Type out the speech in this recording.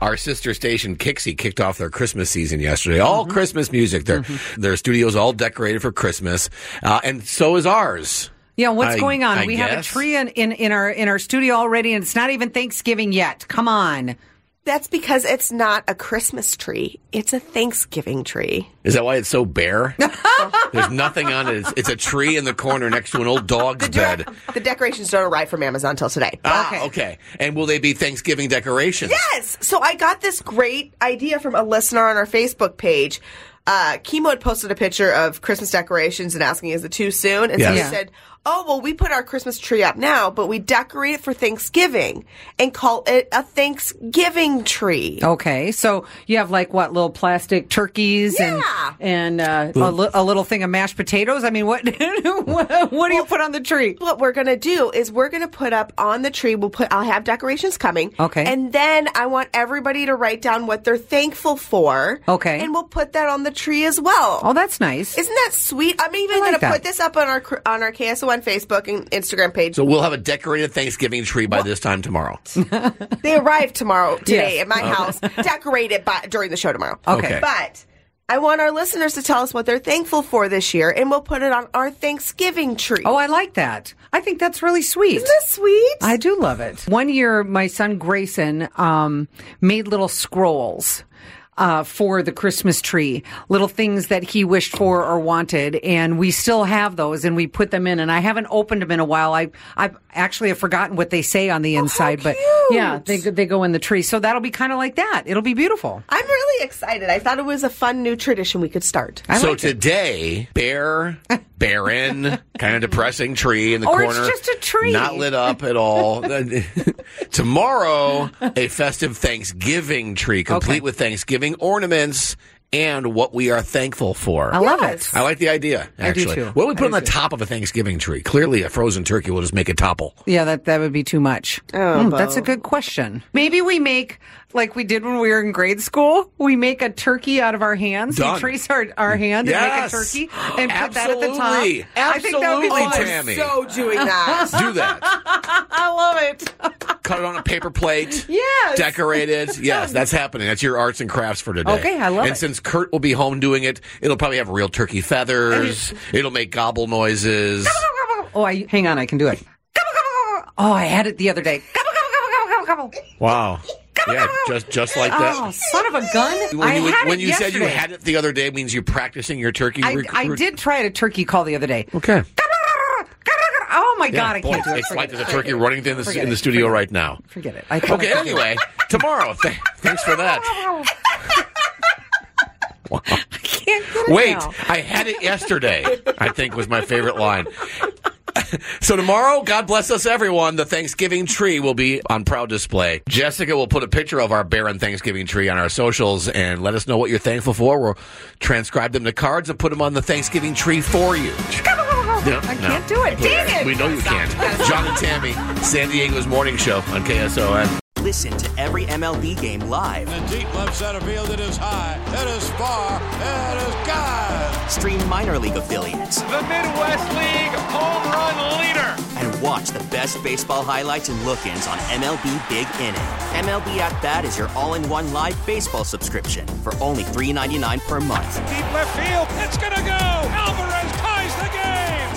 Our sister station Kixie kicked off their Christmas season yesterday. All Mm-hmm. Christmas music. Their their studio's all decorated for Christmas, uh, and so is ours. Yeah, what's I- going on? I we have a guess. tree in, in, in our in our studio already, and it's not even Thanksgiving yet. Come on. That's because it's not a Christmas tree. It's a Thanksgiving tree. Is that why it's so bare? There's nothing on it. It's, it's a tree in the corner next to an old dog's bed. The decorations don't arrive from Amazon till today. Ah, okay. And will they be Thanksgiving decorations? Yes. So I got this great idea from a listener on our Facebook page. Uh, Chemo had posted a picture of Christmas decorations and asking, is it too soon? And Yes. so he Yeah. said, oh, well, we put our Christmas tree up now, but we decorate it for Thanksgiving and call it a Thanksgiving tree. Okay, so you have like what little plastic turkeys Yeah. and and uh, a, li- a little thing of mashed potatoes. I mean, what what, what do you put on the tree? What we're gonna do is we're gonna put up on the tree. We'll put. I'll have decorations coming. Okay. And then I want everybody to write down what they're thankful for. Okay. And we'll put that on the tree as well. Oh, that's nice. Isn't that sweet? I'm even I like going to that. put this up on our cr- on our KSON Facebook and Instagram page. So we'll have a decorated Thanksgiving tree by this time tomorrow. they arrive tomorrow today Yes. Oh. at my house, decorated by, during the show tomorrow. Okay. But I want our listeners to tell us what they're thankful for this year, and we'll put it on our Thanksgiving tree. Oh, I like that. I think that's really sweet. Isn't this sweet? I do love it. One year, my son Grayson um, made little scrolls. Uh, for the Christmas tree, little things that he wished for or wanted, and we still have those, and we put them in. And I haven't opened them in a while. I I actually have forgotten what they say on the inside, but yeah, they go- they go in the tree. So that'll be kind of like that. It'll be beautiful. I'm really excited. I thought it was a fun new tradition we could start. so today, bare, barren, kind of depressing tree in the Or it's corner. just a tree. Not lit up at all. Tomorrow, a festive Thanksgiving tree complete Okay. with Thanksgiving ornaments and what we are thankful for. I love it. I like the idea, do actually. too. What do we I put on do the too. top of a Thanksgiving tree? Clearly, a frozen turkey will just make it topple. Yeah, that that would be too much. Hmm, that's a good question. Maybe we make like we did when we were in grade school. We make a turkey out of our hands. Done. We trace our, our hand Yes. and make a turkey and put that at the Absolutely. top. I think that would be Absolutely, fun. Tam. Tammy. So doing that. Do that. I love it. Cut it on a paper plate. Yes. Decorate it. Yes, that's happening. That's your arts and crafts for today. Okay, I love and it. since Kurt will be home doing it, it'll probably have real turkey feathers. it'll make gobble noises. Oh, I hang on. I can do it. Oh, I had it the other day. Wow. Yeah, just just like that. Oh, son of a gun! When I you, had when it you said you yesterday. had it the other day, it means you're practicing your turkey. I, rec- I rec- did try it a turkey call the other day. Okay. Oh my god! I boy, can't do it. It's Forget like it. there's a turkey running in the, Forget in the it. studio Forget it. right now. Forget it. I can't. Okay, anyway, tomorrow. Th- thanks for that. I can't get it Wait, now. I had it yesterday, I think was my favorite line. So tomorrow, God bless us everyone, the Thanksgiving tree will be on proud display. Jessica will put a picture of our barren Thanksgiving tree on our socials and let us know what you're thankful for. We'll transcribe them to cards and put them on the Thanksgiving tree for you. No, I no. can't do it. Dang it! We know you can't. John and Tammy, San Diego's morning show on KSON. Listen to every MLB game live. In the deep left center field, it is high, it is far, it is God. Stream minor league affiliates The Midwest League home run leader. and watch the best baseball highlights and look ins on MLB Big Inning. MLB At Bat is your all in one live baseball subscription for only $3.99 per month. Deep left field. It's going to go. Alvarez ties the game.